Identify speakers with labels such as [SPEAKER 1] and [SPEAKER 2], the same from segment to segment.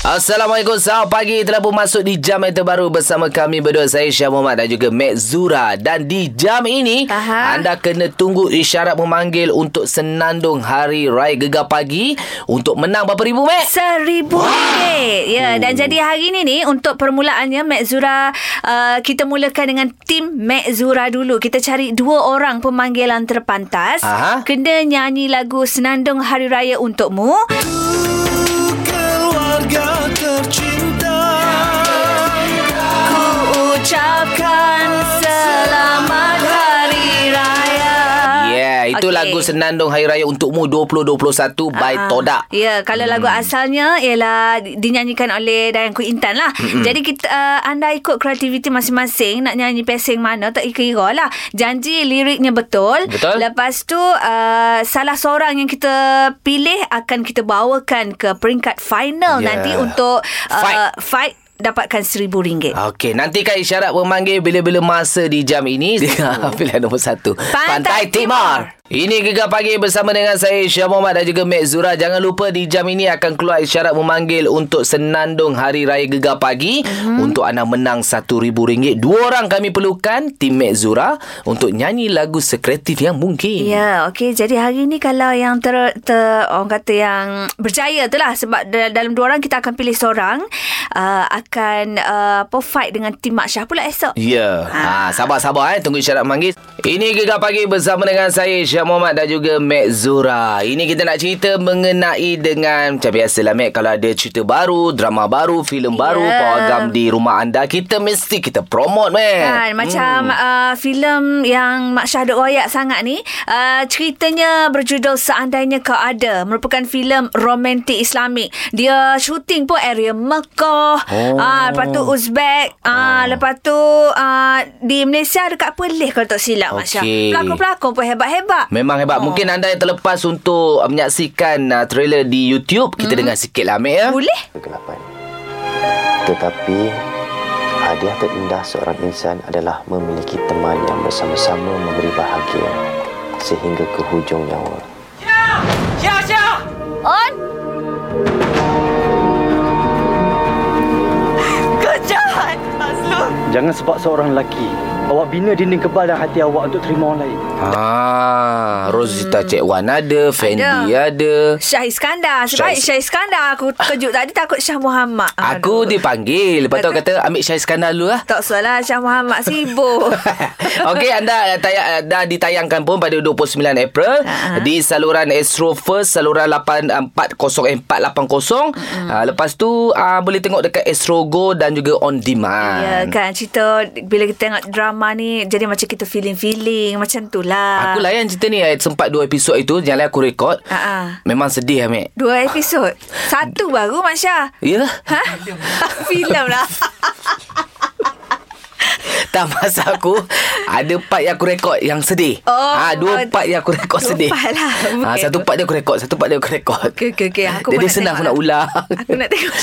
[SPEAKER 1] Assalamualaikum Selamat pagi Telah pun masuk di jam yang terbaru Bersama kami berdua Saya Syah Muhammad Dan juga Mek Zura Dan di jam ini
[SPEAKER 2] Aha.
[SPEAKER 1] Anda kena tunggu isyarat memanggil Untuk senandung Hari Raya Gegar Pagi Untuk menang berapa ribu Mek?
[SPEAKER 2] Seribu ringgit. Ya,
[SPEAKER 1] Hmm.
[SPEAKER 2] dan jadi hari ini ni untuk permulaannya Mek Zura uh, kita mulakan dengan tim Mek Zura dulu. Kita cari dua orang pemanggilan terpantas.
[SPEAKER 1] Aha.
[SPEAKER 2] Kena nyanyi lagu Senandung Hari Raya untukmu.
[SPEAKER 3] keluarga tercinta
[SPEAKER 2] Ku ucapkan selamat Hari Raya.
[SPEAKER 1] Yeah, itu
[SPEAKER 2] Ah, Okey.
[SPEAKER 1] okay. lagu Senandung Hari Raya Untukmu 2021 by
[SPEAKER 2] Ah,
[SPEAKER 1] Todak. Hmm.
[SPEAKER 2] Ya, yeah, kalau lagu asalnya ialah dinyanyikan oleh Dayanku Intan lah.
[SPEAKER 1] Hmm.
[SPEAKER 2] Mm-hmm. Jadi kita uh, anda ikut kreativiti masing-masing nak nyanyi pesing mana tak kira lah. Janji liriknya betul.
[SPEAKER 1] Betul.
[SPEAKER 2] Lepas tu uh, salah seorang yang kita pilih akan kita bawakan ke peringkat final yeah.
[SPEAKER 1] Ya.
[SPEAKER 2] nanti untuk uh,
[SPEAKER 1] Fight.
[SPEAKER 2] fight dapatkan seribu ringgit.
[SPEAKER 1] Okey, nantikan isyarat memanggil bila-bila masa di jam ini. Pilihan nombor satu.
[SPEAKER 2] Pantai Timur.
[SPEAKER 1] Ini Gegar Pagi bersama dengan saya Syah Muhammad dan juga Mek Zura. Jangan lupa di jam ini akan keluar isyarat memanggil untuk Senandung Hari Raya Gegar Pagi. Untuk anda menang RM1,000. Dua orang kami perlukan, tim Mek Zura untuk nyanyi lagu sekreatif yang mungkin.
[SPEAKER 2] Ya, okey. Jadi hari ni kalau yang ter, ter orang kata yang berjaya tu lah sebab da- dalam dua orang kita akan pilih seorang uh, akan uh, apa fight dengan tim Mak Syah pula esok.
[SPEAKER 1] Ya.
[SPEAKER 2] Ah.
[SPEAKER 1] Ha, sabar-sabar eh tunggu isyarat manggil. Ini Gegar Pagi bersama dengan saya Syah Muhammad dan juga Mek Zura. Ini kita nak cerita mengenai dengan macam biasalah Mek kalau ada cerita baru, drama baru, filem baru,
[SPEAKER 2] Ya.
[SPEAKER 1] program di rumah anda, kita mesti kita promote Mek.
[SPEAKER 2] Kan, macam
[SPEAKER 1] Hmm.
[SPEAKER 2] uh, filem yang Mak Syah duk royak sangat ni uh, ceritanya berjudul Seandainya Kau Ada merupakan filem romantik Islamik dia syuting pun area Mekah
[SPEAKER 1] Oh.
[SPEAKER 2] ah, lepas tu Uzbek ah, lepas tu ah, di Malaysia dekat Perlis kalau tak silap Mak Syah
[SPEAKER 1] Okey.
[SPEAKER 2] pelakon-pelakon pun hebat-hebat
[SPEAKER 1] Memang
[SPEAKER 2] Oh.
[SPEAKER 1] hebat. Mungkin anda yang terlepas untuk uh, menyaksikan uh, trailer di YouTube, kita dengar sikit lah Mek ya.
[SPEAKER 2] Hmm. boleh
[SPEAKER 4] kegelapan. Tetapi hadiah terindah seorang insan adalah memiliki teman yang bersama-sama memberi bahagia sehingga ke hujung nyawa.
[SPEAKER 2] On Kau jahat
[SPEAKER 5] Jangan sebab seorang lelaki Awak bina dinding kebal dalam hati awak untuk terima orang lain
[SPEAKER 1] Ha,
[SPEAKER 2] Hmm.
[SPEAKER 1] Rosita Cik Wan ada, Fendi ada.
[SPEAKER 2] Syah Iskandar Sebab
[SPEAKER 1] Syah Is-
[SPEAKER 2] Syah Iskandar Aku terkejut tadi Takut Syah Muhammad
[SPEAKER 1] Aku
[SPEAKER 2] Aduh.
[SPEAKER 1] dipanggil Lepas tu aku kata Ambil Syah Iskandar dulu lah
[SPEAKER 2] Tak salah Syah Muhammad sibuk
[SPEAKER 1] Okey anda uh, tayang, uh, dah ditayangkan pun pada 29 April
[SPEAKER 2] Ha.
[SPEAKER 1] di saluran Astro First saluran 840480. Uh, lepas tu uh, boleh tengok dekat Astro Go dan juga on demand.
[SPEAKER 2] Ya kan Cerita Bila kita tengok drama ni Jadi macam kita feeling-feeling Macam tu lah
[SPEAKER 1] Aku layan cerita ni eh, sempat dua episod itu yang lain aku rekod.
[SPEAKER 2] Ah, ah.
[SPEAKER 1] Memang sedih Amik.
[SPEAKER 2] Dua episod Satu baru Mak Syah
[SPEAKER 1] Ya,
[SPEAKER 2] Ha? Film lah
[SPEAKER 1] tak masa aku ada part yang aku rekod yang sedih.
[SPEAKER 2] Oh.
[SPEAKER 1] ha, dua part yang aku rekod
[SPEAKER 2] Dua
[SPEAKER 1] sedih.
[SPEAKER 2] part lah.
[SPEAKER 1] Ha,
[SPEAKER 2] Okey.
[SPEAKER 1] satu part dia aku rekod, satu part dia aku rekod.
[SPEAKER 2] Okey, okey, okey. Aku pun
[SPEAKER 1] Jadi
[SPEAKER 2] nak
[SPEAKER 1] senang aku
[SPEAKER 2] tengok lah.
[SPEAKER 1] nak ulang.
[SPEAKER 2] Aku nak tengok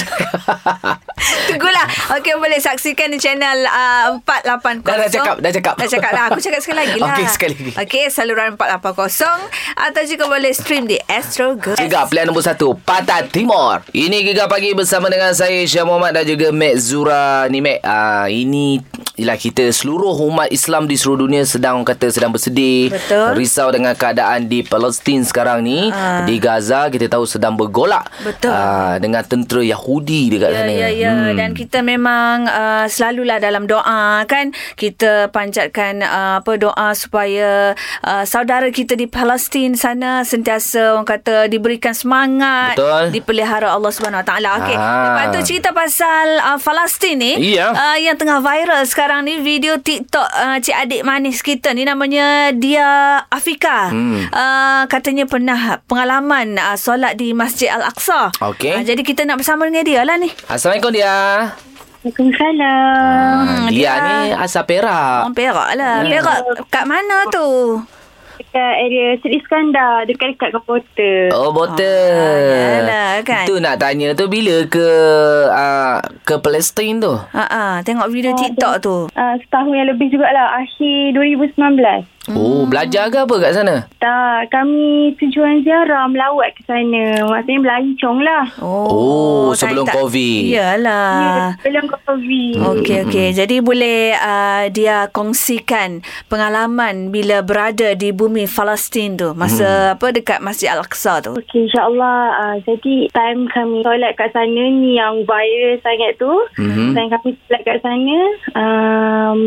[SPEAKER 2] Tunggulah lah. Okey boleh saksikan di channel uh, 480
[SPEAKER 1] Dah, dah cakap, dah cakap.
[SPEAKER 2] Dah cakap lah Aku cakap sekali lagi lah
[SPEAKER 1] Okey, sekali lagi.
[SPEAKER 2] Okey saluran 480 Atau juga boleh stream di Astro Go
[SPEAKER 1] Gegar pilihan nombor satu Pantai Timur Ini Gegar Pagi bersama dengan saya Syah Muhammad dan juga Mek Zura Ni Mek uh, Ini Ialah kita seluruh umat Islam di seluruh dunia sedang orang kata sedang bersedih
[SPEAKER 2] Betul.
[SPEAKER 1] Risau dengan keadaan di Palestin sekarang ni
[SPEAKER 2] Ah.
[SPEAKER 1] Di Gaza kita tahu sedang bergolak
[SPEAKER 2] Betul.
[SPEAKER 1] Ah, Dengan tentera Yahudi dekat
[SPEAKER 2] Ya,
[SPEAKER 1] sana
[SPEAKER 2] ya, ya. Hmm. Dan kita memang uh, selalulah dalam doa kan kita panjatkan uh, apa doa supaya uh, saudara kita di Palestin sana sentiasa orang kata diberikan semangat,
[SPEAKER 1] Betul.
[SPEAKER 2] dipelihara Allah Subhanahu Wa Taala. Okey.
[SPEAKER 1] Ah.
[SPEAKER 2] Lepas tu cerita pasal uh, Palestin ni
[SPEAKER 1] Iya.
[SPEAKER 2] uh, yang tengah viral sekarang ni video TikTok uh, cik adik manis kita ni namanya dia Afika. Hmm. Uh, katanya pernah pengalaman uh, solat di Masjid Al-Aqsa. Ah,
[SPEAKER 1] Okey.
[SPEAKER 2] jadi kita nak bersama dengan dia lah ni.
[SPEAKER 1] Assalamualaikum dia
[SPEAKER 2] Ah. Hmm,
[SPEAKER 1] Ah, Dia, dia
[SPEAKER 6] Waalaikumsalam.
[SPEAKER 2] Dia.
[SPEAKER 1] ni ah. Hmm. asal Perak
[SPEAKER 2] Orang Perak lah.
[SPEAKER 6] Ya.
[SPEAKER 2] Perak kat mana tu?
[SPEAKER 6] Dekat area Seri Iskandar, dekat-dekat Kapota. Oh.
[SPEAKER 1] Oh botol
[SPEAKER 2] Ah, yalah, kan.
[SPEAKER 1] Tu nak tanya tu bila ke uh, ke Palestin tu
[SPEAKER 2] Ha ah, tengok ah, video TikTok tu.
[SPEAKER 6] Uh, setahun yang lebih jugalah, akhir 2019.
[SPEAKER 1] Oh, belajar ke apa kat sana?
[SPEAKER 6] Tak, kami tujuan ziarah melawat ke sana. Maksudnya melancong lah.
[SPEAKER 1] Oh, sebelum COVID.
[SPEAKER 6] Ya,
[SPEAKER 2] Yalah.
[SPEAKER 6] sebelum COVID.
[SPEAKER 2] Okey okey. Jadi boleh uh, dia kongsikan pengalaman bila berada di bumi Palestin tu masa apa dekat Masjid Al-Aqsa tu.
[SPEAKER 6] Okey, insyaAllah. Uh, jadi, time kami solat kat sana ni yang viral sangat tu.
[SPEAKER 1] Mhm.
[SPEAKER 6] Mm-hmm. Time kami solat kat sana, um,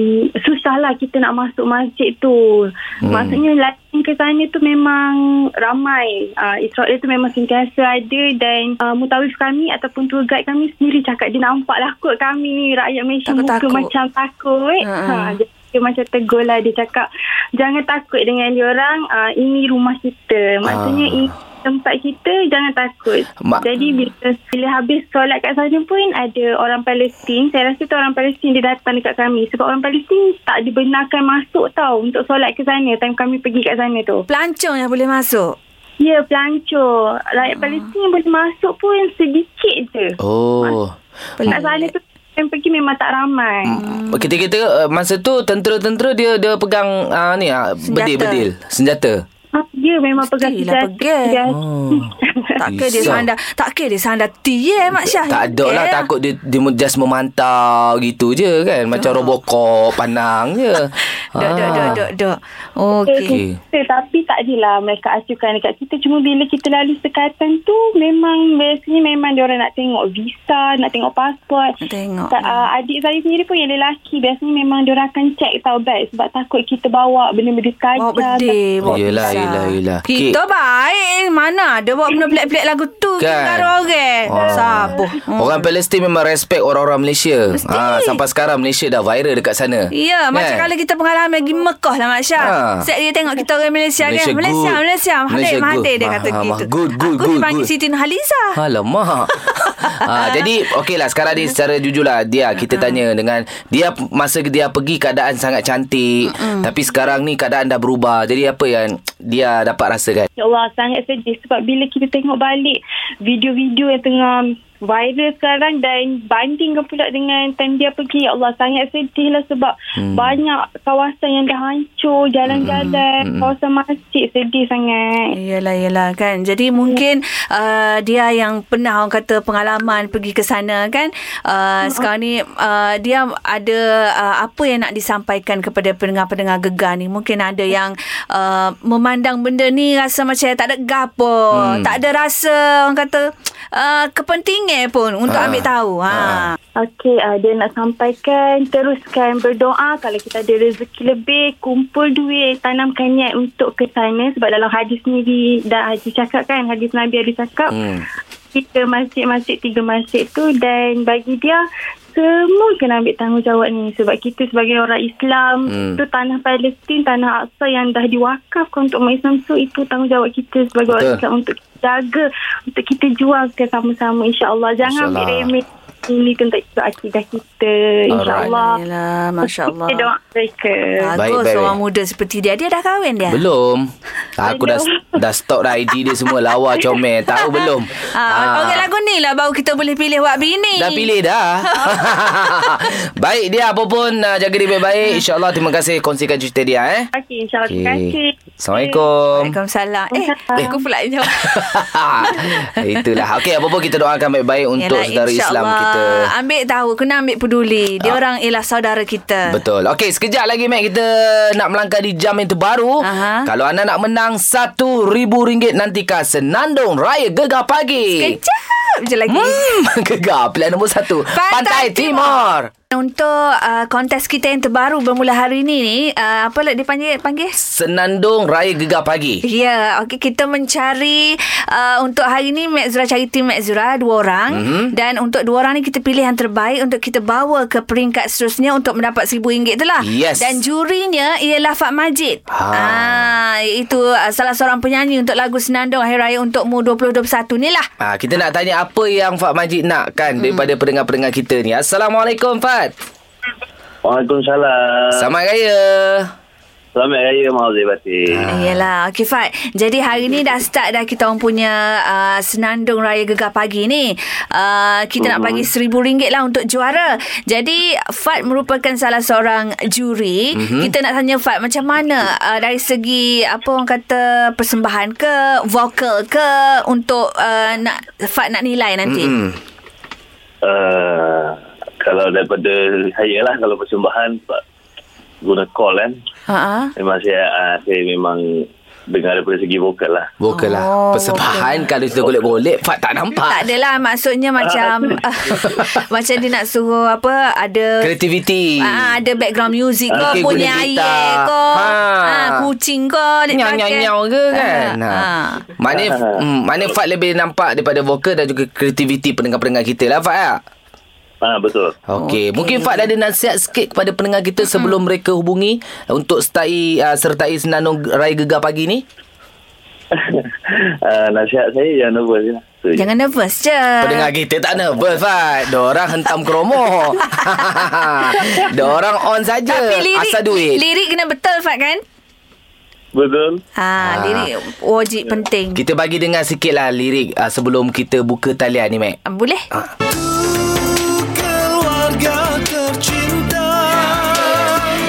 [SPEAKER 6] susahlah kita nak masuk masjid tu. Mm.
[SPEAKER 2] Hmm.
[SPEAKER 6] Maksudnya, latihan ke sana tu memang ramai. Uh, Israel tu memang sentiasa ada dan uh, mutawif kami ataupun tour guide kami sendiri cakap dia nampak lah kot kami ni rakyat Malaysia
[SPEAKER 2] Takut-takut.
[SPEAKER 6] muka macam takut.
[SPEAKER 2] Ha, ha.
[SPEAKER 6] Ha, dia- dia macam tegur lah dia cakap jangan takut dengan diorang uh, ini rumah kita maksudnya
[SPEAKER 1] Ah.
[SPEAKER 6] ini tempat kita jangan takut
[SPEAKER 1] Mak-
[SPEAKER 6] jadi bila bila habis solat kat sana pun ada orang Palestin saya rasa tu orang Palestin dia datang dekat kami sebab orang Palestin tak dibenarkan masuk tau untuk solat ke sana time kami pergi kat sana tu
[SPEAKER 2] Pelancong yang boleh masuk.
[SPEAKER 6] ya pelancur rakyat Palestin boleh masuk pun sedikit je
[SPEAKER 1] Oh.
[SPEAKER 6] kat sana tu yang pergi memang tak ramai
[SPEAKER 1] Hmm.
[SPEAKER 2] Hmm.
[SPEAKER 1] Kita-kita uh, masa tu tentera-tentera dia dia pegang uh, ni uh, bedil-bedil, senjata.
[SPEAKER 6] Ah, dia memang pegang
[SPEAKER 2] Mestilah pegang.
[SPEAKER 1] Oh.
[SPEAKER 2] Hmm. Tak ke dia
[SPEAKER 1] Risau.
[SPEAKER 2] sandar Tak ke dia sandar Tia Mak Syah
[SPEAKER 1] Tak ada
[SPEAKER 2] eh?
[SPEAKER 1] lah takut dia, dia just memantau gitu je kan. Macam Robocop pandang je.
[SPEAKER 2] Dok dok dok dok dok Okey
[SPEAKER 1] Ah. Okey.
[SPEAKER 6] Okay. Kita, tapi tak adalah mereka acukan dekat kita. Cuma bila kita lalu sekatan tu memang biasanya memang diorang nak tengok visa, nak tengok pasport.
[SPEAKER 2] Nak tengok.
[SPEAKER 6] Tak, uh, adik saya sendiri pun yang lelaki biasanya memang diorang akan check tau bag sebab takut kita bawa benda-benda tajam.
[SPEAKER 2] Bawa bedil bawa
[SPEAKER 1] Yelah,
[SPEAKER 2] pisang.
[SPEAKER 1] yelah, yelah.
[SPEAKER 2] Kita baik Eh, Mana ada bawa benda pelik-pelik lagu tu
[SPEAKER 1] Kan?
[SPEAKER 2] Kita ada orang
[SPEAKER 1] Ah.
[SPEAKER 2] Sabuh
[SPEAKER 1] Hmm. Orang Palestin memang respect orang-orang Malaysia.
[SPEAKER 2] Mesti.
[SPEAKER 1] Ha, sampai sekarang Malaysia dah viral dekat sana. Kan?
[SPEAKER 2] Ya, macam kalau kita pengalaman pergi Mekah lah Mak Syah.
[SPEAKER 1] Ha.
[SPEAKER 2] Ha. Set dia tengok kita orang Malaysia,
[SPEAKER 1] Malaysia
[SPEAKER 2] kan. Malaysia,
[SPEAKER 1] good.
[SPEAKER 2] Malaysia.
[SPEAKER 1] Malaysia
[SPEAKER 2] Malaysia
[SPEAKER 1] good.
[SPEAKER 2] Mahathir dia
[SPEAKER 1] Ma-
[SPEAKER 2] kata
[SPEAKER 1] ma-
[SPEAKER 2] gitu.
[SPEAKER 1] good, good,
[SPEAKER 2] Aku
[SPEAKER 1] good,
[SPEAKER 2] dipanggil
[SPEAKER 1] good.
[SPEAKER 2] Siti Nurhaliza.
[SPEAKER 1] Alamak. ha, jadi okeylah sekarang ni secara jujur lah dia kita tanya dengan dia masa dia pergi keadaan sangat cantik Mm-mm. tapi sekarang ni keadaan dah berubah. Jadi apa yang dia dapat kan? rasakan?
[SPEAKER 6] Ya Allah sangat sedih sebab bila kita tengok balik video-video yang tengah viral sekarang dan bandingkan pula dengan time dia pergi ya Allah sangat sedih lah sebab hmm. banyak kawasan yang dah hancur jalan-jalan hmm. kawasan masjid sedih sangat
[SPEAKER 2] Yelah, yelah kan. Jadi mungkin uh, dia yang pernah orang kata pengalaman pergi ke sana kan. Uh, sekarang ni uh, dia ada uh, apa yang nak disampaikan kepada pendengar-pendengar gegar ni. Mungkin ada yang uh, memandang benda ni rasa macam tak ada gapo. Hmm. Tak ada rasa orang kata uh, kepentingan pun untuk
[SPEAKER 1] Ha.
[SPEAKER 2] ambil tahu. Ha.
[SPEAKER 1] Ha.
[SPEAKER 6] Okey, uh, dia nak sampaikan teruskan berdoa kalau kita ada rezeki lebih, kumpul duit, tanamkan niat untuk ke sana sebab dalam hadis ni di, dah Haji cakap kan, hadis Nabi ada cakap
[SPEAKER 1] Hmm.
[SPEAKER 6] tiga masjid-masjid tiga masjid tu dan bagi dia semua kena ambil tanggungjawab ni sebab kita sebagai orang Islam
[SPEAKER 1] Hmm.
[SPEAKER 6] hmm. tu tanah Palestin tanah Aqsa yang dah diwakafkan untuk umat Islam so itu tanggungjawab kita
[SPEAKER 1] Betul.
[SPEAKER 6] sebagai orang Islam untuk kita jaga untuk kita jual ke sama-sama insyaallah jangan ambil
[SPEAKER 1] InsyaAllah.
[SPEAKER 6] remeh ini tentang itu akidah kita insyaallah
[SPEAKER 2] Yelah, Masya Allah.
[SPEAKER 6] kita doa mereka
[SPEAKER 1] Baik,
[SPEAKER 2] Bagus
[SPEAKER 1] baik,
[SPEAKER 2] orang
[SPEAKER 1] baik.
[SPEAKER 2] muda seperti dia. Dia dah kahwin dia?
[SPEAKER 1] Belum. Aku dah dah stop dah ID dia semua lawa comel. Tahu belum? Ah,
[SPEAKER 2] Ha, ha. Okey lagu ni lah baru kita boleh pilih wak bini.
[SPEAKER 1] Dah pilih dah Baik dia apa pun uh, Jaga diri baik-baik InsyaAllah terima kasih Kongsikan cerita dia eh
[SPEAKER 6] okey insyaallah
[SPEAKER 1] Okey.
[SPEAKER 6] terima kasih
[SPEAKER 1] Assalamualaikum
[SPEAKER 2] Waalaikumsalam. Eh,
[SPEAKER 6] Waalaikumsalam.
[SPEAKER 2] aku pula yang jawab.
[SPEAKER 1] Itulah Okey apa pun kita doakan baik-baik Untuk
[SPEAKER 2] Yalah,
[SPEAKER 1] saudara Islam
[SPEAKER 2] insyaAllah.
[SPEAKER 1] kita
[SPEAKER 2] Ambil tahu, kena ambil peduli. Dia
[SPEAKER 1] Ah.
[SPEAKER 2] orang ialah saudara kita.
[SPEAKER 1] Betul Okey sekejap lagi Mac Kita nak melangkah di jam yang terbaru
[SPEAKER 2] Aha.
[SPEAKER 1] Kalau anda nak menang RM1,000 Nantikah Senandung Raya Gegar Pagi
[SPEAKER 2] Kejap je lagi.
[SPEAKER 1] Hmm, Gegar Pilihan nombor satu Pantai,
[SPEAKER 2] Pantai
[SPEAKER 1] Timur,
[SPEAKER 2] Untuk uh, kontes kita yang terbaru bermula hari ini ni, uh, apa lah dia panggil? panggil?
[SPEAKER 1] Senandung Raya Gegar Pagi
[SPEAKER 2] Ya, okey kita mencari uh, untuk hari ni Mek Zura cari tim Mek Zura dua orang
[SPEAKER 1] Mhm.
[SPEAKER 2] mm-hmm. dan untuk dua orang ni kita pilih yang terbaik untuk kita bawa ke peringkat seterusnya untuk mendapat RM1000 tu lah.
[SPEAKER 1] Yes.
[SPEAKER 2] Dan jurinya ialah Fat Majid.
[SPEAKER 1] Ha.
[SPEAKER 2] Ah, iaitu uh, salah seorang penyanyi untuk lagu Senandung Hari Raya untukmu 2021 ni lah.
[SPEAKER 1] Ha, kita nak tanya apa yang Fat Majid nak kan hmm. daripada pendengar-pendengar kita ni. Assalamualaikum Fat.
[SPEAKER 5] Waalaikumsalam.
[SPEAKER 1] Selamat Raya.
[SPEAKER 7] Selamat Raya Mahathir Batin.
[SPEAKER 2] Ya. Yelah Okay Fat Jadi hari ni dah start dah Kita orang punya uh, Senandung Raya Gegar Pagi ni uh, Kita nak bagi RM1,000 lah Untuk juara Jadi Fat merupakan Salah seorang juri Kita nak tanya Fat Macam mana uh, Dari segi Apa orang kata Persembahan ke Vokal ke Untuk uh, nak Fat nak nilai nanti mm-hmm.
[SPEAKER 1] Hmm.
[SPEAKER 7] Uh, kalau daripada saya lah, kalau persembahan Pak, guna call kan.
[SPEAKER 2] uh
[SPEAKER 7] Memang saya, uh, saya memang dengar daripada segi vokal lah.
[SPEAKER 1] Vokal lah.
[SPEAKER 2] Oh,
[SPEAKER 1] Persembahan kalau kita golek-golek Fat tak nampak.
[SPEAKER 2] Tak adalah maksudnya macam macam dia nak suruh apa ada
[SPEAKER 1] Kreativiti.
[SPEAKER 2] Ah, ada background music ke, okay,
[SPEAKER 1] Okey,
[SPEAKER 2] bunyi
[SPEAKER 1] guna
[SPEAKER 2] air
[SPEAKER 1] gitar.
[SPEAKER 2] ke,
[SPEAKER 1] Ha.
[SPEAKER 2] ha. kucing ke, dia
[SPEAKER 1] Nyau nyau
[SPEAKER 2] pakai.
[SPEAKER 1] nyau ke kan
[SPEAKER 2] Ha.
[SPEAKER 1] ha.
[SPEAKER 2] ha.
[SPEAKER 1] Mana hmm, Mana Fat lebih nampak Daripada vokal Dan juga kreativiti Pendengar-pendengar kita lah Fat lah
[SPEAKER 7] Ah betul.
[SPEAKER 1] Okey, okay. mungkin Fat ada nasihat sikit kepada pendengar kita sebelum mereka hubungi untuk sertai uh, sertai senandung raya gegar pagi ni.
[SPEAKER 7] uh, nasihat saya jangan nervous je lah. Tu je.
[SPEAKER 2] Jangan nervous je.
[SPEAKER 1] Pendengar kita tak nervous Fat. Diorang hentam kromo. Diorang on saja.
[SPEAKER 2] Tapi lirik,
[SPEAKER 1] Asal duit.
[SPEAKER 2] lirik kena betul Fat kan?
[SPEAKER 7] Betul.
[SPEAKER 2] Ha,
[SPEAKER 1] Ah.
[SPEAKER 2] ha. lirik wajib penting.
[SPEAKER 1] Kita bagi dengar sikit lah lirik uh, sebelum kita buka talian ni, Mac.
[SPEAKER 2] Ah, Boleh? Ha.
[SPEAKER 3] Keluarga tercinta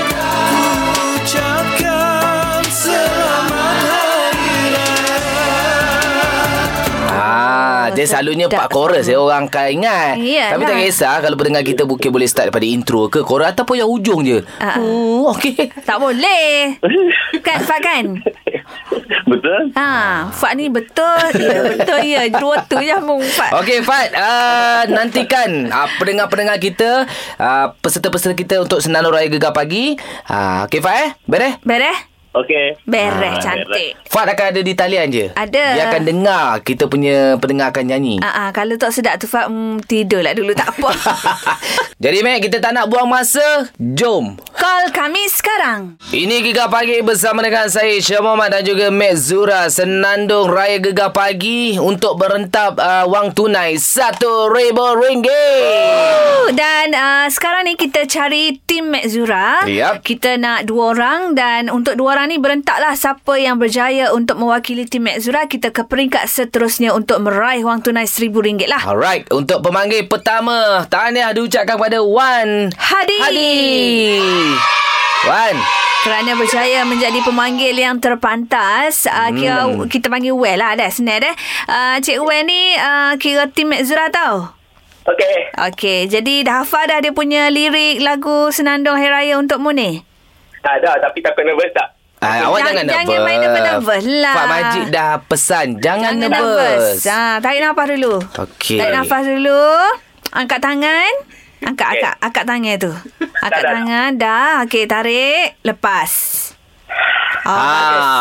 [SPEAKER 3] Ku ucapkan selamat hari
[SPEAKER 1] Ah, dia selalunya
[SPEAKER 2] sedap.
[SPEAKER 1] part chorus ya orang akan ingat.
[SPEAKER 2] Iyalah.
[SPEAKER 1] Tapi tak kisah kalau pendengar kita mungkin boleh start daripada intro ke chorus ataupun yang ujung je.
[SPEAKER 2] Ah.
[SPEAKER 1] Hmm, okey.
[SPEAKER 2] Tak boleh. Kan Fat kan?
[SPEAKER 7] betul.
[SPEAKER 2] Ha, Fat ni betul. Ya, betul ya. Dua tu je pun Fat.
[SPEAKER 1] Okey Fat, uh, nantikan uh, pendengar-pendengar kita, uh, peserta-peserta kita untuk Senandung Raya Gegar Pagi. Uh, Okey Fat eh, beres?
[SPEAKER 2] Bereh?
[SPEAKER 7] Okey.
[SPEAKER 2] Bereh
[SPEAKER 7] Ah,
[SPEAKER 2] cantik.
[SPEAKER 1] Fat akan ada di talian je.
[SPEAKER 2] Ada.
[SPEAKER 1] Dia akan dengar, kita punya pendengar akan nyanyi.
[SPEAKER 2] Ah, ah, kalau tak sedap tu Fat mm, tidurlah dulu tak apa.
[SPEAKER 1] Jadi Mac, kita tak nak buang masa. Jom.
[SPEAKER 2] Call kami sekarang.
[SPEAKER 1] Ini Gegar Pagi bersama dengan saya Syah Muhammad dan juga Mek Zura Senandung Raya Gegar Pagi untuk berentap uh, wang tunai RM1,000.
[SPEAKER 2] Dan uh, sekarang ni kita cari tim Mek Zura.
[SPEAKER 1] Yap.
[SPEAKER 2] Kita nak dua orang dan untuk dua orang ni berentaklah siapa yang berjaya untuk mewakili tim Mek Zura kita ke peringkat seterusnya untuk meraih wang tunai RM1,000 lah.
[SPEAKER 1] Alright, untuk pemanggil pertama, tahniah diucapkan kepada Wan
[SPEAKER 2] Hadi.
[SPEAKER 1] Hadi. Wan. uh,
[SPEAKER 2] Kerana berjaya menjadi pemanggil yang terpantas, uh, kira kita panggil Well lah dah senar dah. Uh, Cik Well ni uh, kira tim Mek Zura tau.
[SPEAKER 7] Okey.
[SPEAKER 2] Okey, jadi dah hafal dah dia punya lirik lagu Senandung Hari Raya untuk mu ni?
[SPEAKER 7] Tak ada tapi takut nervous tak?
[SPEAKER 1] Ah, awak
[SPEAKER 2] Jangan-
[SPEAKER 1] jangan,
[SPEAKER 2] jangan
[SPEAKER 1] nervous.
[SPEAKER 2] main nervous-nervous lah.
[SPEAKER 1] Pak Majid dah pesan, jangan,
[SPEAKER 2] Jangan
[SPEAKER 1] nervous.
[SPEAKER 2] nervous. Ha, tarik nafas dulu.
[SPEAKER 1] Okey.
[SPEAKER 2] Tarik nafas dulu. Angkat tangan. Angkat
[SPEAKER 7] Okey.
[SPEAKER 2] angkat angkat tangan tu. Angkat
[SPEAKER 7] dah, dah.
[SPEAKER 2] tangan dah. Okey, tarik, lepas. Oh,
[SPEAKER 1] Ah,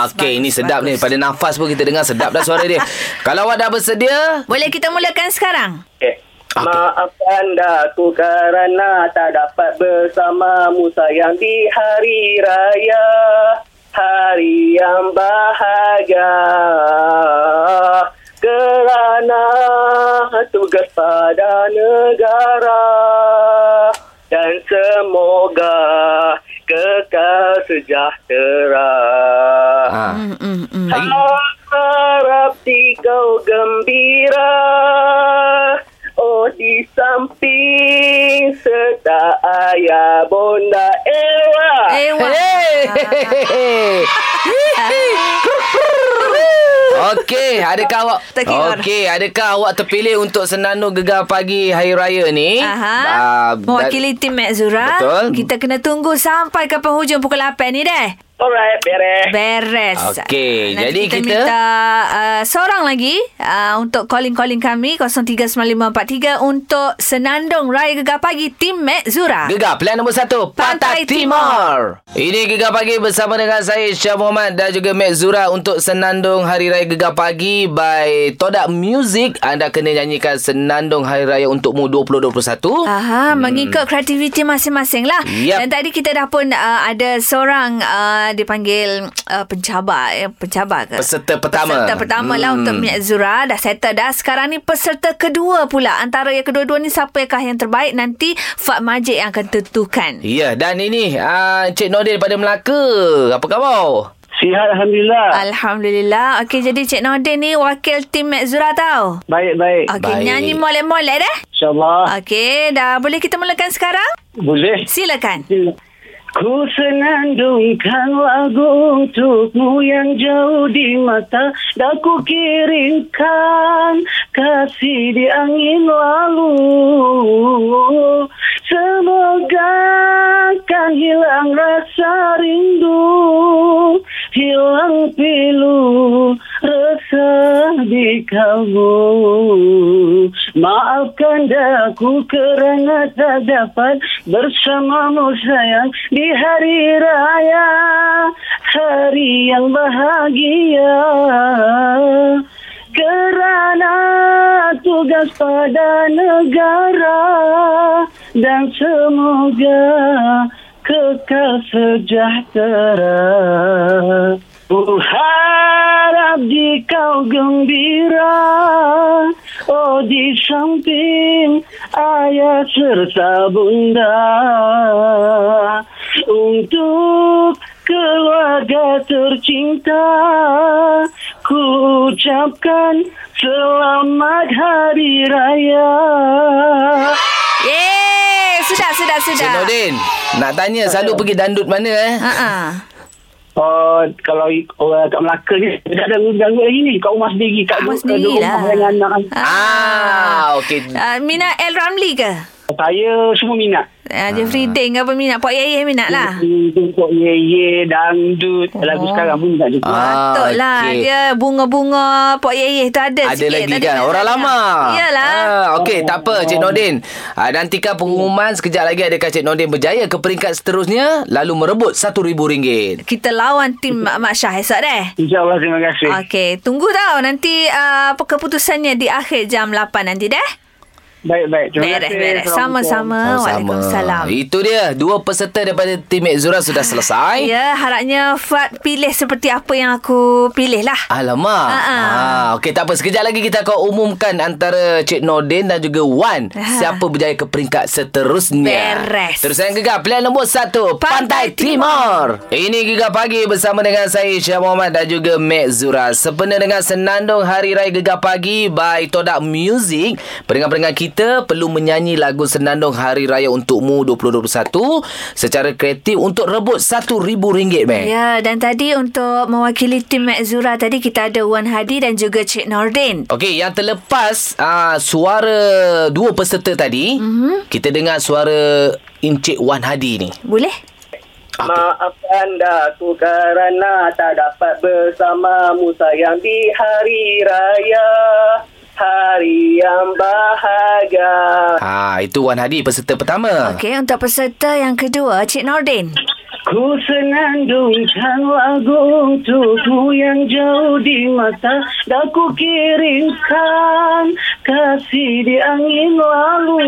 [SPEAKER 2] bagus,
[SPEAKER 1] okey
[SPEAKER 2] bagus,
[SPEAKER 1] ini sedap
[SPEAKER 2] bagus.
[SPEAKER 1] ni. Pada nafas pun kita dengar sedap dah suara dia. Kalau awak dah bersedia,
[SPEAKER 2] Boleh kita mulakan sekarang?
[SPEAKER 7] Okey.
[SPEAKER 1] Okey.
[SPEAKER 7] Maaf anda ku kerana tak dapat bersamamu sayang di hari raya Hari yang bahagia Kerana tugas pada negara Dan semoga kekal sejahtera
[SPEAKER 1] ah.
[SPEAKER 2] Hmm,
[SPEAKER 1] Lagi.
[SPEAKER 7] Harap di kau gembira Oh di samping serta ayah bonda Ewa
[SPEAKER 2] Eh, wah.
[SPEAKER 1] Hey. Okey, adakah awak
[SPEAKER 2] Terkirar.
[SPEAKER 1] Okey, adakah awak terpilih untuk senandung gegar pagi hari raya ni?
[SPEAKER 2] Aha.
[SPEAKER 1] Ah,
[SPEAKER 2] Mewakili tim Mek Zura.
[SPEAKER 1] Betul.
[SPEAKER 2] Kita kena tunggu sampai ke penghujung pukul 8 ni deh.
[SPEAKER 7] Alright, beres
[SPEAKER 2] Beres.
[SPEAKER 1] Okey,
[SPEAKER 2] Nanti
[SPEAKER 1] jadi
[SPEAKER 2] kita,
[SPEAKER 1] kita-
[SPEAKER 2] minta uh, seorang lagi uh, untuk calling-calling kami 039543 untuk Senandung Raya Gegar Pagi Tim Mek Zura.
[SPEAKER 1] Gegar pilihan nombor satu
[SPEAKER 2] Pantai
[SPEAKER 1] Pantai, Timur. Ini Gegar Pagi bersama dengan saya Syah Muhammad dan juga Mek Zura untuk Senandung Hari Raya Gegar Pagi by Todak Music. Anda kena nyanyikan Senandung Hari Raya untukmu
[SPEAKER 2] Ah.
[SPEAKER 1] 2021.
[SPEAKER 2] Aha, hmm. mengikut kreativiti masing-masing lah.
[SPEAKER 1] Yap.
[SPEAKER 2] Dan tadi kita dah pun uh, ada seorang uh, uh, dia panggil uh, pencabar eh pencabar ke?
[SPEAKER 1] Peserta pertama.
[SPEAKER 2] Peserta pertama hmm. lah untuk Minyak Zura dah settle dah. Sekarang ni peserta kedua pula. Antara yang kedua-dua ni siapakah yang terbaik nanti Fat Majid yang akan tentukan.
[SPEAKER 1] Ya, dan ini uh, Encik Nordin daripada Melaka. Apa khabar?
[SPEAKER 7] Sihat Alhamdulillah.
[SPEAKER 2] Alhamdulillah. Okey jadi Cik Nordin ni wakil tim Mek Zura tau.
[SPEAKER 7] Baik-baik.
[SPEAKER 2] Okey
[SPEAKER 1] Baik.
[SPEAKER 2] nyanyi molek-molek dah.
[SPEAKER 7] InsyaAllah.
[SPEAKER 2] Okey dah boleh kita mulakan sekarang?
[SPEAKER 7] Boleh.
[SPEAKER 2] Silakan.
[SPEAKER 7] Ku senandungkan lagu untukmu yang jauh di mata Dan ku kirimkan kasih di angin lalu Semoga kan hilang rasa rindu Hilang pilu resah di kamu Maafkan aku kerana tak dapat bersamamu sayang Di hari raya, hari yang bahagia Kerana tugas pada negara Dan semoga kekal sejahtera Ku harap di kau gembira Oh di samping ayah serta bunda Untuk keluarga tercinta Ku ucapkan selamat hari raya
[SPEAKER 2] Yeay, sudah sudah sudah.
[SPEAKER 1] Encik Nordin, nak tanya selalu pergi dandut mana eh?
[SPEAKER 2] Ha ah.
[SPEAKER 7] Oh, kalau orang kat Melaka ni, tak ada ganggu lagi ni. Kat rumah sendiri. Kat
[SPEAKER 2] Rumah sendiri lah.
[SPEAKER 7] dengan anak.
[SPEAKER 1] Ah, okey.
[SPEAKER 2] Uh, Mina El Ramli ke?
[SPEAKER 7] Saya semua minat.
[SPEAKER 2] Uh, Jeffrey
[SPEAKER 1] Ah.
[SPEAKER 2] Ding apa minat? Pak Yeye minat lah.
[SPEAKER 7] Untuk ye-ye, dangdut, oh. lagu sekarang pun minat juga.
[SPEAKER 1] Ah,
[SPEAKER 2] Patutlah
[SPEAKER 1] okey.
[SPEAKER 2] okay. dia bunga-bunga Pak Yeyeh tu ada
[SPEAKER 1] Ada
[SPEAKER 2] sikit.
[SPEAKER 1] lagi
[SPEAKER 2] tak
[SPEAKER 1] kan
[SPEAKER 2] nak-
[SPEAKER 1] Orang
[SPEAKER 2] tak
[SPEAKER 1] lama
[SPEAKER 2] nak. Iyalah.
[SPEAKER 1] ah, Okey tak apa Cik Nordin ah, Nantikan pengumuman Sekejap lagi adakah Cik Nordin berjaya Ke peringkat seterusnya Lalu merebut RM1,000
[SPEAKER 2] Kita lawan tim Mak Mak Syah esok deh.
[SPEAKER 7] InsyaAllah, terima kasih.
[SPEAKER 2] Okey, tunggu tau nanti uh, apa keputusannya di akhir jam 8 nanti deh.
[SPEAKER 7] Baik-baik. Terima
[SPEAKER 2] Beres,
[SPEAKER 7] kasih.
[SPEAKER 2] beres. Sama-sama. Ah, Waalaikumsalam.
[SPEAKER 1] Itu dia Dua peserta daripada Tim Mek Zura Sudah selesai
[SPEAKER 2] Ya, harapnya Fat pilih seperti apa yang aku pilih lah.
[SPEAKER 1] Alamak.
[SPEAKER 2] Ha-ha.
[SPEAKER 1] Ha, okey tak apa sekejap lagi kita akan umumkan antara Cik Nordin dan juga Wan
[SPEAKER 2] Ha.
[SPEAKER 1] siapa berjaya ke peringkat seterusnya.
[SPEAKER 2] Beres.
[SPEAKER 1] Terus yang gegar pilihan nombor satu
[SPEAKER 2] Pantai
[SPEAKER 1] Pantai, Timur. Ini gegar pagi bersama dengan saya Syah Muhammad dan juga Mek Zura. Sepenuh dengan senandung Hari Raya Gegar Pagi by Todak Music. Pendengar-pendengar kita perlu menyanyi lagu senandung Hari Raya untukmu 2021 secara kreatif untuk rebut RM1000 Mek.
[SPEAKER 2] Ya, dan tadi untuk mewakili tim Mek Zura tadi kita ada Wan Hadi dan juga Cik Nordin.
[SPEAKER 1] Okey, yang terlepas uh, suara dua peserta tadi, mm-hmm. kita dengar suara Encik Wan Hadi ni.
[SPEAKER 2] Boleh?
[SPEAKER 8] Maafkan aku kerana tak dapat bersamamu sayang di hari raya Hari yang bahagia
[SPEAKER 1] Ha, itu Wan Hadi peserta pertama.
[SPEAKER 2] Okey, untuk peserta yang kedua, Cik Nordin.
[SPEAKER 7] Ku senandungkan lagu untukmu yang jauh di mata Dan ku kirimkan kasih di angin lalu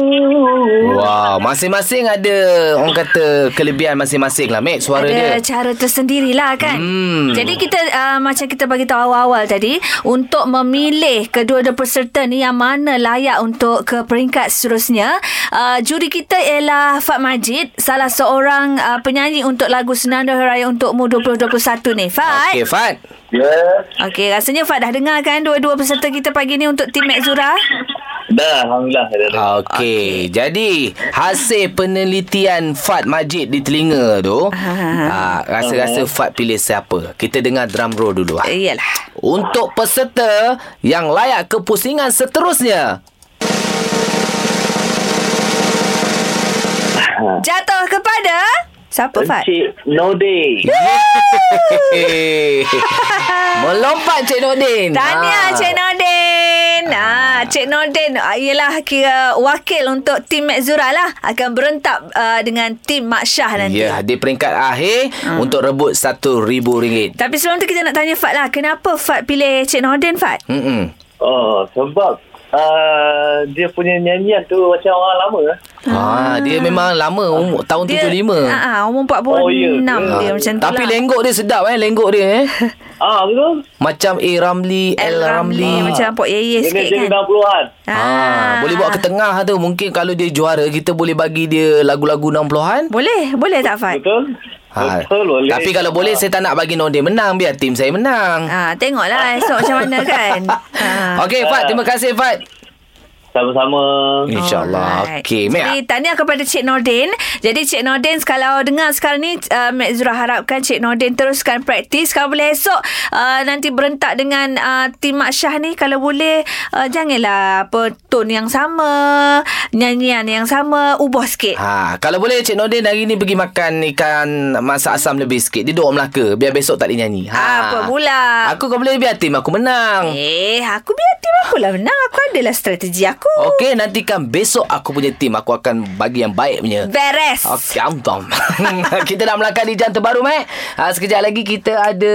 [SPEAKER 1] Wow, masing-masing ada orang kata kelebihan masing-masing lah, Mek, suara
[SPEAKER 2] ada
[SPEAKER 1] dia.
[SPEAKER 2] cara tersendiri lah kan.
[SPEAKER 1] Hmm.
[SPEAKER 2] Jadi kita uh, macam kita bagi tahu awal-awal tadi untuk memilih kedua-dua peserta ni yang mana layak untuk ke peringkat seterusnya. Uh, juri kita ialah Fat Majid, salah seorang uh, penyanyi untuk lagu Senandung Hari Raya untukmu 2021 ni. Fat.
[SPEAKER 1] Okey, Fat.
[SPEAKER 7] Ya,
[SPEAKER 2] Okey, rasanya Fat dah dengar kan dua-dua peserta kita pagi ni untuk tim Mek Zura?
[SPEAKER 7] dah Alhamdulillah dah, dah.
[SPEAKER 1] Okey, okay. jadi hasil penelitian Fat Majid di telinga tu, ha, rasa-rasa Fat pilih siapa? Kita dengar drum roll dulu. ah.
[SPEAKER 2] Iyalah.
[SPEAKER 1] Untuk peserta yang layak ke pusingan seterusnya.
[SPEAKER 2] Jatuh kepada siapa Fat?
[SPEAKER 7] Encik Noding
[SPEAKER 1] Hey. Melompat Cik Nordin.
[SPEAKER 2] Eh. Tahniah
[SPEAKER 1] Ah.
[SPEAKER 2] Cik Nordin. Ah, Cik Nordin ah, ialah kira wakil untuk tim Mek Zura lah akan berentak uh, dengan tim Mak Syah nanti. Hmm.
[SPEAKER 1] Ya, di peringkat akhir untuk rebut RM1,000.
[SPEAKER 2] Tapi sebelum tu kita nak tanya Fat lah, kenapa Fat pilih Cik Nordin Fat?
[SPEAKER 1] Mm-mm.
[SPEAKER 7] Oh, sebab uh, dia punya nyanyian tu macam orang lama.
[SPEAKER 1] Ah, dia memang lama umur tahun
[SPEAKER 2] Dia,
[SPEAKER 1] 75.
[SPEAKER 2] ah, umur 46 oh,
[SPEAKER 9] Oh, ya ke?
[SPEAKER 2] dia macam tu
[SPEAKER 1] Ah, Tapi
[SPEAKER 2] lah.
[SPEAKER 1] lenggok dia sedap eh lenggok dia eh.
[SPEAKER 9] Ah, betul.
[SPEAKER 1] Macam A Ramli, L, Ramli.
[SPEAKER 2] Macam Pok Yeye
[SPEAKER 9] Dia
[SPEAKER 2] sikit
[SPEAKER 9] ni jadi
[SPEAKER 2] kan.
[SPEAKER 9] 60-an.
[SPEAKER 1] Ah, boleh buat ke tengah tu. Mungkin kalau dia juara kita boleh bagi dia lagu-lagu 60-an.
[SPEAKER 2] Boleh, boleh tak Fat?
[SPEAKER 9] Betul?
[SPEAKER 1] Ha.
[SPEAKER 9] Betul boleh.
[SPEAKER 1] Tapi kalau boleh saya tak nak bagi non dia menang, biar tim saya menang.
[SPEAKER 2] Ah, tengoklah esok macam mana kan. Ah.
[SPEAKER 1] Okey Fat, terima kasih Fat.
[SPEAKER 9] Sama-sama.
[SPEAKER 1] InsyaAllah.
[SPEAKER 2] Alright.
[SPEAKER 1] Okey,
[SPEAKER 2] Jadi
[SPEAKER 1] Mek.
[SPEAKER 2] tahniah kepada Cik Nordin. Jadi Cik Nordin kalau dengar sekarang ni uh, Mek Zura harapkan Cik Nordin teruskan praktis. Kalau boleh esok uh, nanti berentak dengan uh, tim Mak Syah ni kalau boleh uh, janganlah apa tone yang sama, nyanyian yang sama, ubah sikit.
[SPEAKER 1] Ha, kalau boleh Cik Nordin hari ni pergi makan ikan masak asam lebih sikit. Dia duduk Melaka biar besok tak boleh nyanyi. Ha.
[SPEAKER 2] Apa pula?
[SPEAKER 1] Aku kau boleh biar tim aku menang.
[SPEAKER 2] Eh, aku biar tim aku lah benar. Aku adalah strategi aku.
[SPEAKER 1] Okey, nantikan besok aku punya tim aku akan bagi yang baik punya.
[SPEAKER 2] Beres.
[SPEAKER 1] Okey, am tom. kita nak melangkah di jam terbaru, Mek. Ha, sekejap lagi kita ada...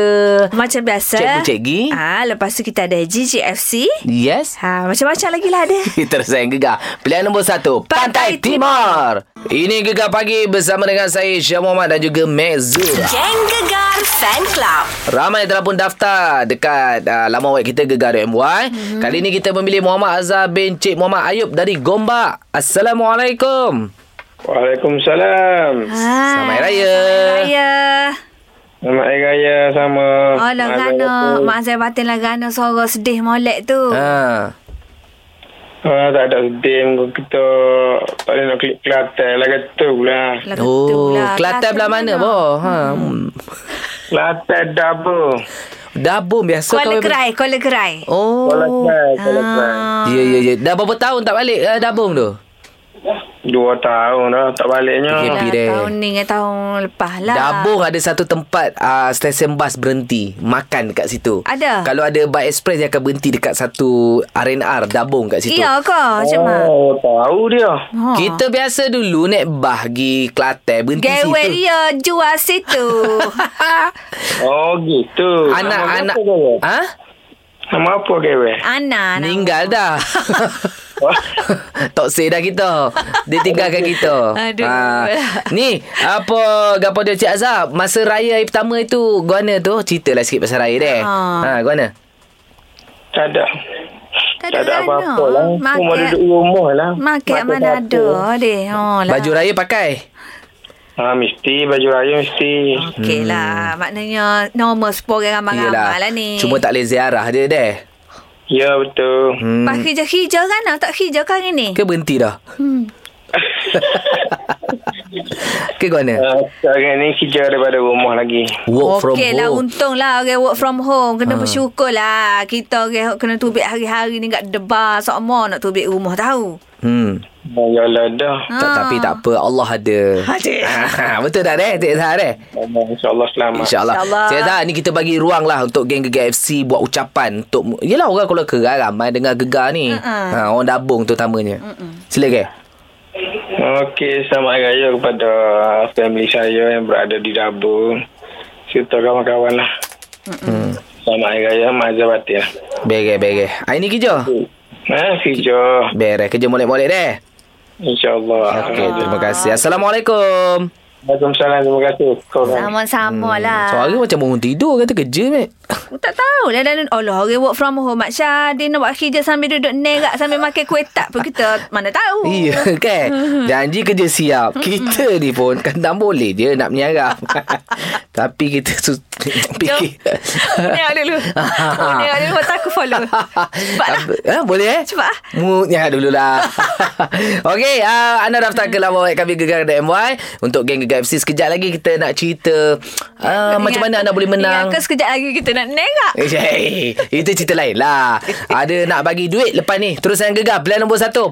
[SPEAKER 2] Macam biasa.
[SPEAKER 1] Cikgu-cikgi.
[SPEAKER 2] Ah, lepas tu kita ada GGFC.
[SPEAKER 1] Yes?
[SPEAKER 2] Ha, macam-macam lagi lah ada.
[SPEAKER 1] Tersayang Gegar Pilihan nombor satu Pantai,
[SPEAKER 2] Pantai
[SPEAKER 1] Timur. Ini Gegar Pagi bersama dengan saya Syah Muhammad dan juga Mek Zura
[SPEAKER 10] Geng Gegar Fan Club.
[SPEAKER 1] Ramai yang telah pun daftar dekat uh, laman web kita gegar.my.
[SPEAKER 2] Mhm.
[SPEAKER 1] Mm-hmm. Kali ini kita memilih Muhammad Azhar bin Cik Muhammad Ayub dari Gombak. Assalamualaikum.
[SPEAKER 7] Waalaikumsalam.
[SPEAKER 2] Hai.
[SPEAKER 1] Selamat Hari Raya.
[SPEAKER 2] Ah, Selamat Hari Raya.
[SPEAKER 7] Ah, Selamat Hari Raya sama.
[SPEAKER 2] Oh, lah gana. Mak Azai batin lah gana suara sedih molek tu.
[SPEAKER 1] Ha.
[SPEAKER 7] Ah, tak ada sedih muka kita. Tak boleh nak klik Kelantan lah kata pula.
[SPEAKER 2] Lah, kata
[SPEAKER 1] Oh,
[SPEAKER 2] pula.
[SPEAKER 1] Kelantan belah mana, boh? Ha. Hmm.
[SPEAKER 7] Kelantan dah apa?
[SPEAKER 1] Dabung biasa
[SPEAKER 2] Kuala
[SPEAKER 1] kau-
[SPEAKER 2] Kerai, Kuala Kerai. Ah,
[SPEAKER 1] Oh.
[SPEAKER 7] Kelantan, Kelantan.
[SPEAKER 1] Ya, ya, ya. Dah berapa tahun tak balik uh, Dabung tu?
[SPEAKER 7] Dua tahun dah tak baliknya.
[SPEAKER 1] Fikir
[SPEAKER 2] Dah
[SPEAKER 1] Happy day.
[SPEAKER 2] tahun ni dengan tahun lepas lah.
[SPEAKER 1] Dabung ada satu tempat uh, stesen bas berhenti makan dekat situ.
[SPEAKER 2] Ada.
[SPEAKER 1] Kalau ada bike express dia akan berhenti dekat satu R&R Dabung kat situ.
[SPEAKER 2] Iya ke? Macam mana?
[SPEAKER 7] Oh, tahu dia.
[SPEAKER 2] Ha.
[SPEAKER 1] Kita biasa dulu naik bah pergi Kelantan berhenti
[SPEAKER 2] Gawe
[SPEAKER 1] situ.
[SPEAKER 2] dia jual situ. ya.
[SPEAKER 7] Oh, gitu.
[SPEAKER 1] Anak-anak
[SPEAKER 7] Nama apa kau?
[SPEAKER 1] ha?
[SPEAKER 7] Nama apa kau?
[SPEAKER 2] Ana. nak-
[SPEAKER 1] Meninggal dah. tak say dah kita. Dia tinggalkan kita. Ha.
[SPEAKER 2] Aduh.
[SPEAKER 1] Ni, apa gapo dia Cik Azhar? Masa raya hari pertama itu, guana tu, ceritalah sikit pasal raya deh.
[SPEAKER 2] Ha.
[SPEAKER 1] Ha, guana.
[SPEAKER 7] Tak ada.
[SPEAKER 2] Tak
[SPEAKER 7] Tak
[SPEAKER 2] ada
[SPEAKER 7] ada
[SPEAKER 2] gana.
[SPEAKER 7] apa-apa lah. Cuma
[SPEAKER 2] Market.
[SPEAKER 7] duduk rumah lah.
[SPEAKER 2] Market
[SPEAKER 7] Makan
[SPEAKER 2] mana
[SPEAKER 7] satu.
[SPEAKER 2] ada deh. Oh, lah.
[SPEAKER 1] Baju raya pakai.
[SPEAKER 7] Ha, mesti. Baju raya mesti.
[SPEAKER 2] Okey lah. Maknanya normal semua orang ramai-ramai lah ni.
[SPEAKER 1] Hmm. Cuma tak boleh ziarah dia deh.
[SPEAKER 7] Ya, betul.
[SPEAKER 2] Pak hijau-hijau kan? Nak tak hijau kan ni?
[SPEAKER 1] Hmm. Ke berhenti dah?
[SPEAKER 2] Hmm.
[SPEAKER 1] Ke guana?
[SPEAKER 7] Ah, Sekarang ni kerja daripada rumah lagi.
[SPEAKER 1] Work from
[SPEAKER 2] Okey lah
[SPEAKER 1] home. Hmm.
[SPEAKER 2] untung lah orang work from home Kena bersyukur lah Kita orang kena tubik hari-hari ni Kat debar Sokmo nak tubik rumah tahu
[SPEAKER 1] Hmm.
[SPEAKER 7] Oh, ya lah dah.
[SPEAKER 2] Ah.
[SPEAKER 1] Tak, tapi tak apa Allah ada. Ada. Betul tak deh Cik Azhar deh?
[SPEAKER 7] Oh, InsyaAllah selamat.
[SPEAKER 1] InsyaAllah
[SPEAKER 2] InsyaAllah.
[SPEAKER 1] Cik Azhar ni kita bagi ruang lah Untuk geng Gegar FC Buat ucapan untuk Yelah orang kalau gegar Ramai dengar gegar ni
[SPEAKER 2] Mm-mm.
[SPEAKER 1] ha, Orang dabung terutamanya Silakan
[SPEAKER 7] Okey, selamat hari raya kepada family saya yang berada di Dabur. Serta kawan-kawan lah. Selamat hari raya, Mak Azhar Batin lah.
[SPEAKER 1] Beres beres Hari ni kerja
[SPEAKER 7] Eh, kerja.
[SPEAKER 1] Beres kerja molek-molek deh
[SPEAKER 7] InsyaAllah.
[SPEAKER 1] Okey terima kasih Assalamualaikum
[SPEAKER 7] Waalaikumsalam. Terima kasih. Korang.
[SPEAKER 1] Hmm,
[SPEAKER 2] Sama-sama lah
[SPEAKER 1] Suara macam orang tidur Kata kerja mek
[SPEAKER 2] Aku tak tahulah dan Allah orang work from home Mak Syah dia nak buat kerja sambil duduk negak Sambil makan kuih tak pun kita mana tahu
[SPEAKER 1] Iya kan Janji kerja siap Kita ni pun Kan tak boleh je Nak menyarap Tapi kita su- Fikir
[SPEAKER 2] Tengok dulu Tengok dulu Mata aku follow Cepatlah
[SPEAKER 1] Ha, boleh eh?
[SPEAKER 2] Cepat.
[SPEAKER 1] Moodnya dululah. Okey, uh, anda daftar ke laman web kami gegar.my untuk geng Gegar FC. Sekejap lagi kita nak cerita uh, macam mana anda boleh menang.
[SPEAKER 2] Ingat ke sekejap lagi kita nak negak
[SPEAKER 1] Eh, hey, itu cerita lain lah. Ada nak bagi duit lepas ni. Terus yang gegar. Pilihan nombor satu.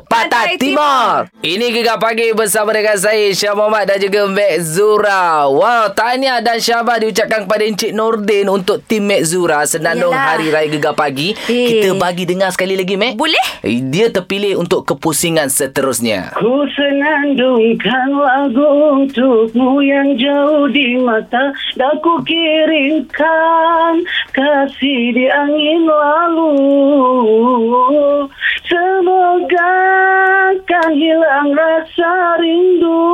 [SPEAKER 2] Pantai
[SPEAKER 1] Pantai Timur. Ini gegar pagi bersama dengan saya Syah Muhammad dan juga Mek Zura. Wow, tahniah dan syabas diucapkan kepada Encik Nordin untuk tim Mek Zura. Senandung
[SPEAKER 2] Yalah.
[SPEAKER 1] Hari Raya Gegar Pagi.
[SPEAKER 2] Eh.
[SPEAKER 1] Kita bagi dengar sekali lagi, Mek.
[SPEAKER 2] Boleh?
[SPEAKER 1] Dia terpilih untuk kepusingan seterusnya.
[SPEAKER 6] Ku senandungkan lagu untukmu yang jauh di mata Dan ku kirimkan kasih di angin lalu Semoga kan hilang
[SPEAKER 8] hilang rasa rindu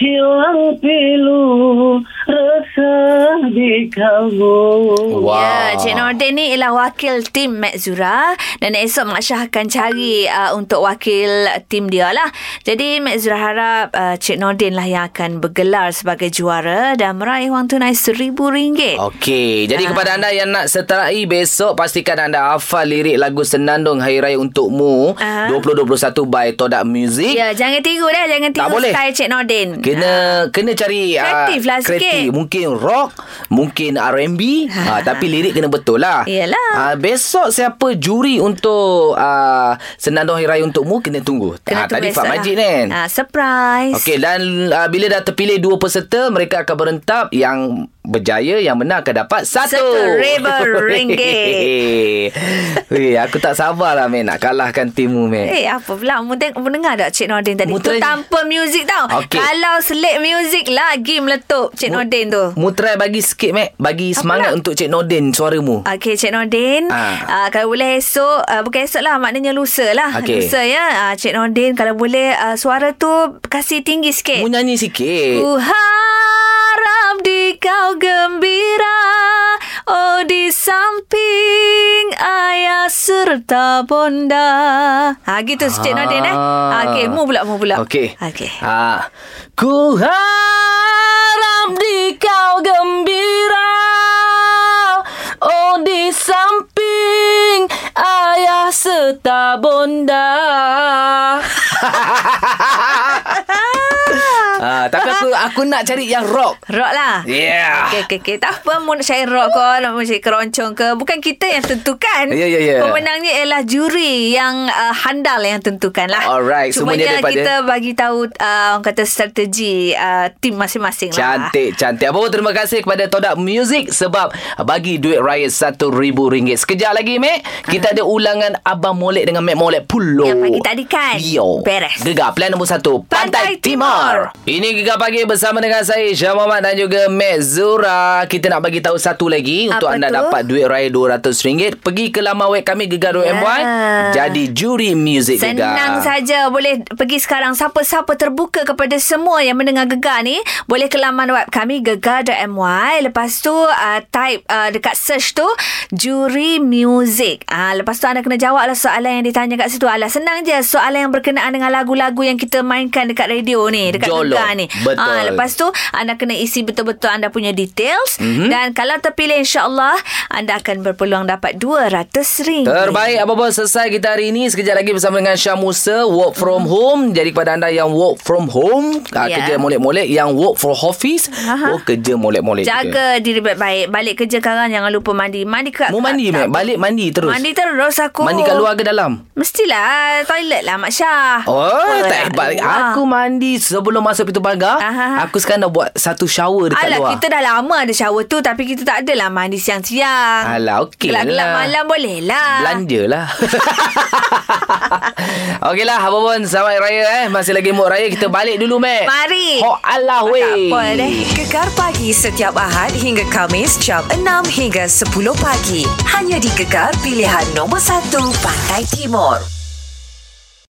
[SPEAKER 8] hilang pilu resah di kamu
[SPEAKER 2] Wow. Ya, Cik Nordin ni ialah wakil tim Mat Zura dan esok Mak Syah akan cari uh, untuk wakil tim dia lah. Jadi Mak Zura harap uh, Cik Nordin lah yang akan bergelar sebagai juara dan meraih wang tunai RM1,000.
[SPEAKER 1] Okey, jadi
[SPEAKER 2] Ah.
[SPEAKER 1] kepada anda yang nak seterai besok pastikan anda hafal lirik lagu Senandung Hari Raya Untukmu
[SPEAKER 2] Ah.
[SPEAKER 1] 2021 by Todak Music.
[SPEAKER 2] Ya, jangan tiru dah. Jangan tiru
[SPEAKER 1] Tak boleh.
[SPEAKER 2] style Cik Nordin.
[SPEAKER 1] Kena kena cari
[SPEAKER 2] Ah.
[SPEAKER 1] ah,
[SPEAKER 2] Kreatif lah sikit. Ah.
[SPEAKER 1] kreatif. Mungkin rock Mungkin R&B ha, Tapi lirik kena betul lah
[SPEAKER 2] Yelah.
[SPEAKER 1] ha, Besok siapa juri untuk uh, Senandung Hari Raya Untukmu Kena tunggu
[SPEAKER 2] Kena
[SPEAKER 1] Ah, Tadi
[SPEAKER 2] besok
[SPEAKER 1] Fat
[SPEAKER 2] lah.
[SPEAKER 1] Majid kan
[SPEAKER 2] Ah, surprise.
[SPEAKER 1] Okey dan uh, bila dah terpilih dua peserta mereka akan berentap yang berjaya yang benar akan dapat satu
[SPEAKER 2] Seribu ringgit.
[SPEAKER 1] Weh aku tak sabar lah Mek nak kalahkan timmu Mek.
[SPEAKER 2] Eh apa pula Mu teng- mu dengar tak Cik Nordin tadi
[SPEAKER 1] Mu
[SPEAKER 2] Mutra... Tu
[SPEAKER 1] try-
[SPEAKER 2] tanpa muzik tau
[SPEAKER 1] Okey.
[SPEAKER 2] Kalau selit muzik Lagi meletup Cik Nordin tu
[SPEAKER 1] Mu try bagi sikit Mek bagi semangat untuk Cik Nordin suaramu.
[SPEAKER 2] Okey Cik Nordin
[SPEAKER 1] Ah.
[SPEAKER 2] ah. uh, Kalau boleh esok uh, Bukan esok lah Maknanya lusa lah
[SPEAKER 1] Okey.
[SPEAKER 2] Lusa ya uh, Cik Nordin Kalau boleh uh, Suara tu Kasih tinggi sikit
[SPEAKER 1] Mu nyanyi sikit.
[SPEAKER 2] Ku harap di kau gembira Oh di samping ayah serta bonda Ha gitu Cik Nordin eh
[SPEAKER 1] Ah.
[SPEAKER 2] Okey mu pula mu pula
[SPEAKER 1] Okey.
[SPEAKER 2] Okey
[SPEAKER 1] Ha. Ku harap di kau gembira Oh di samping ayah serta bonda ah, Tapi aku aku nak cari yang rock
[SPEAKER 2] Rock lah
[SPEAKER 1] Yeah.
[SPEAKER 2] Okay, okay, okay. Tak apa Mu nak syair rock ke Nak mu syair keroncong ke Bukan kita yang tentukan
[SPEAKER 1] Ya, ya, ya.
[SPEAKER 2] Pemenangnya ialah juri Yang uh, handal yang tentukan lah
[SPEAKER 1] Alright, semuanya
[SPEAKER 2] Cumanya
[SPEAKER 1] daripada-
[SPEAKER 2] kita bagi tahu uh, Orang kata strategi uh, Tim masing-masing lah
[SPEAKER 1] Cantik, cantik. Apa pun terima kasih kepada Todak Music sebab bagi duit raya RM1,000. Sekejap lagi, Mek. Kita ada ulangan Abang Molek dengan Mek Molek Pulau.
[SPEAKER 2] Ah. Yang pagi tadi kan?
[SPEAKER 1] Yo.
[SPEAKER 2] Beres.
[SPEAKER 1] Gegar plan nombor satu. Pantai,
[SPEAKER 2] Pantai
[SPEAKER 1] Timur. Ini Gegar Pagi bersama dengan saya, Syah Muhammad dan juga Mek Zura. Kita nak bagi tahu satu lagi
[SPEAKER 2] Apa
[SPEAKER 1] untuk anda
[SPEAKER 2] tu?
[SPEAKER 1] dapat duit raya RM200. Pergi ke laman web kami gegar.my.
[SPEAKER 2] Ya.
[SPEAKER 1] Jadi juri muzik Gegar.
[SPEAKER 2] Senang saja boleh pergi sekarang siapa-siapa terbuka kepada semua yang mendengar Gegar ni boleh ke laman web kami gegar.my lepas tu uh, type uh, dekat search tu juri music. Ah uh, lepas tu anda kena jawablah soalan yang ditanya kat situ. Alah senang je soalan yang berkenaan dengan lagu-lagu yang kita mainkan dekat radio ni, dekat
[SPEAKER 1] Jolok.
[SPEAKER 2] Gegar ni.
[SPEAKER 1] Betul.
[SPEAKER 2] Ah, lepas tu anda kena isi betul-betul anda punya details
[SPEAKER 1] Mhm.
[SPEAKER 2] mm-hmm. dan kalau terpilih insya-Allah anda akan berpeluang dapat RM200.
[SPEAKER 1] Terbaik apa-apa selesai kita hari ini Sekejap lagi bersama dengan Syah Musa Work from home Jadi kepada anda yang work from home yeah.
[SPEAKER 2] Ya.
[SPEAKER 1] Kerja molek-molek Yang work from office
[SPEAKER 2] Aha.
[SPEAKER 1] Oh kerja molek-molek juga.
[SPEAKER 2] Jaga diri baik-baik. Balik kerja sekarang jangan lupa mandi. Mandi kat
[SPEAKER 1] Mu mandi
[SPEAKER 2] kat-
[SPEAKER 1] Mek Balik mandi terus
[SPEAKER 2] Mandi terus aku.
[SPEAKER 1] Mandi kat luar ke dalam
[SPEAKER 2] Mestilah toilet lah Mak Syah. Ah.
[SPEAKER 1] Oh
[SPEAKER 2] Apa nak
[SPEAKER 1] tak hebat
[SPEAKER 2] keluar?
[SPEAKER 1] Aku mandi sebelum masuk pintu pagar
[SPEAKER 2] Aha.
[SPEAKER 1] Aku sekarang dah buat satu shower dekat
[SPEAKER 2] Alah
[SPEAKER 1] luar
[SPEAKER 2] kita dah lama ada shower tu tapi kita tak adalah mandi siang-siang.
[SPEAKER 1] Alah, okey
[SPEAKER 2] Gelap-gelap
[SPEAKER 1] lah.
[SPEAKER 2] malam boleh lah.
[SPEAKER 1] Belanja lah Okey lah Apa pun Selamat Raya eh Masih lagi mood Raya Kita balik dulu Mek
[SPEAKER 2] Mari.
[SPEAKER 1] Ho Allah weh
[SPEAKER 2] Tak apa deh.
[SPEAKER 11] Gegar pagi setiap Ahad hingga Kamis jam 6 hingga 10 pagi. Hanya di Gegar pilihan nombor 1 Pantai Timur.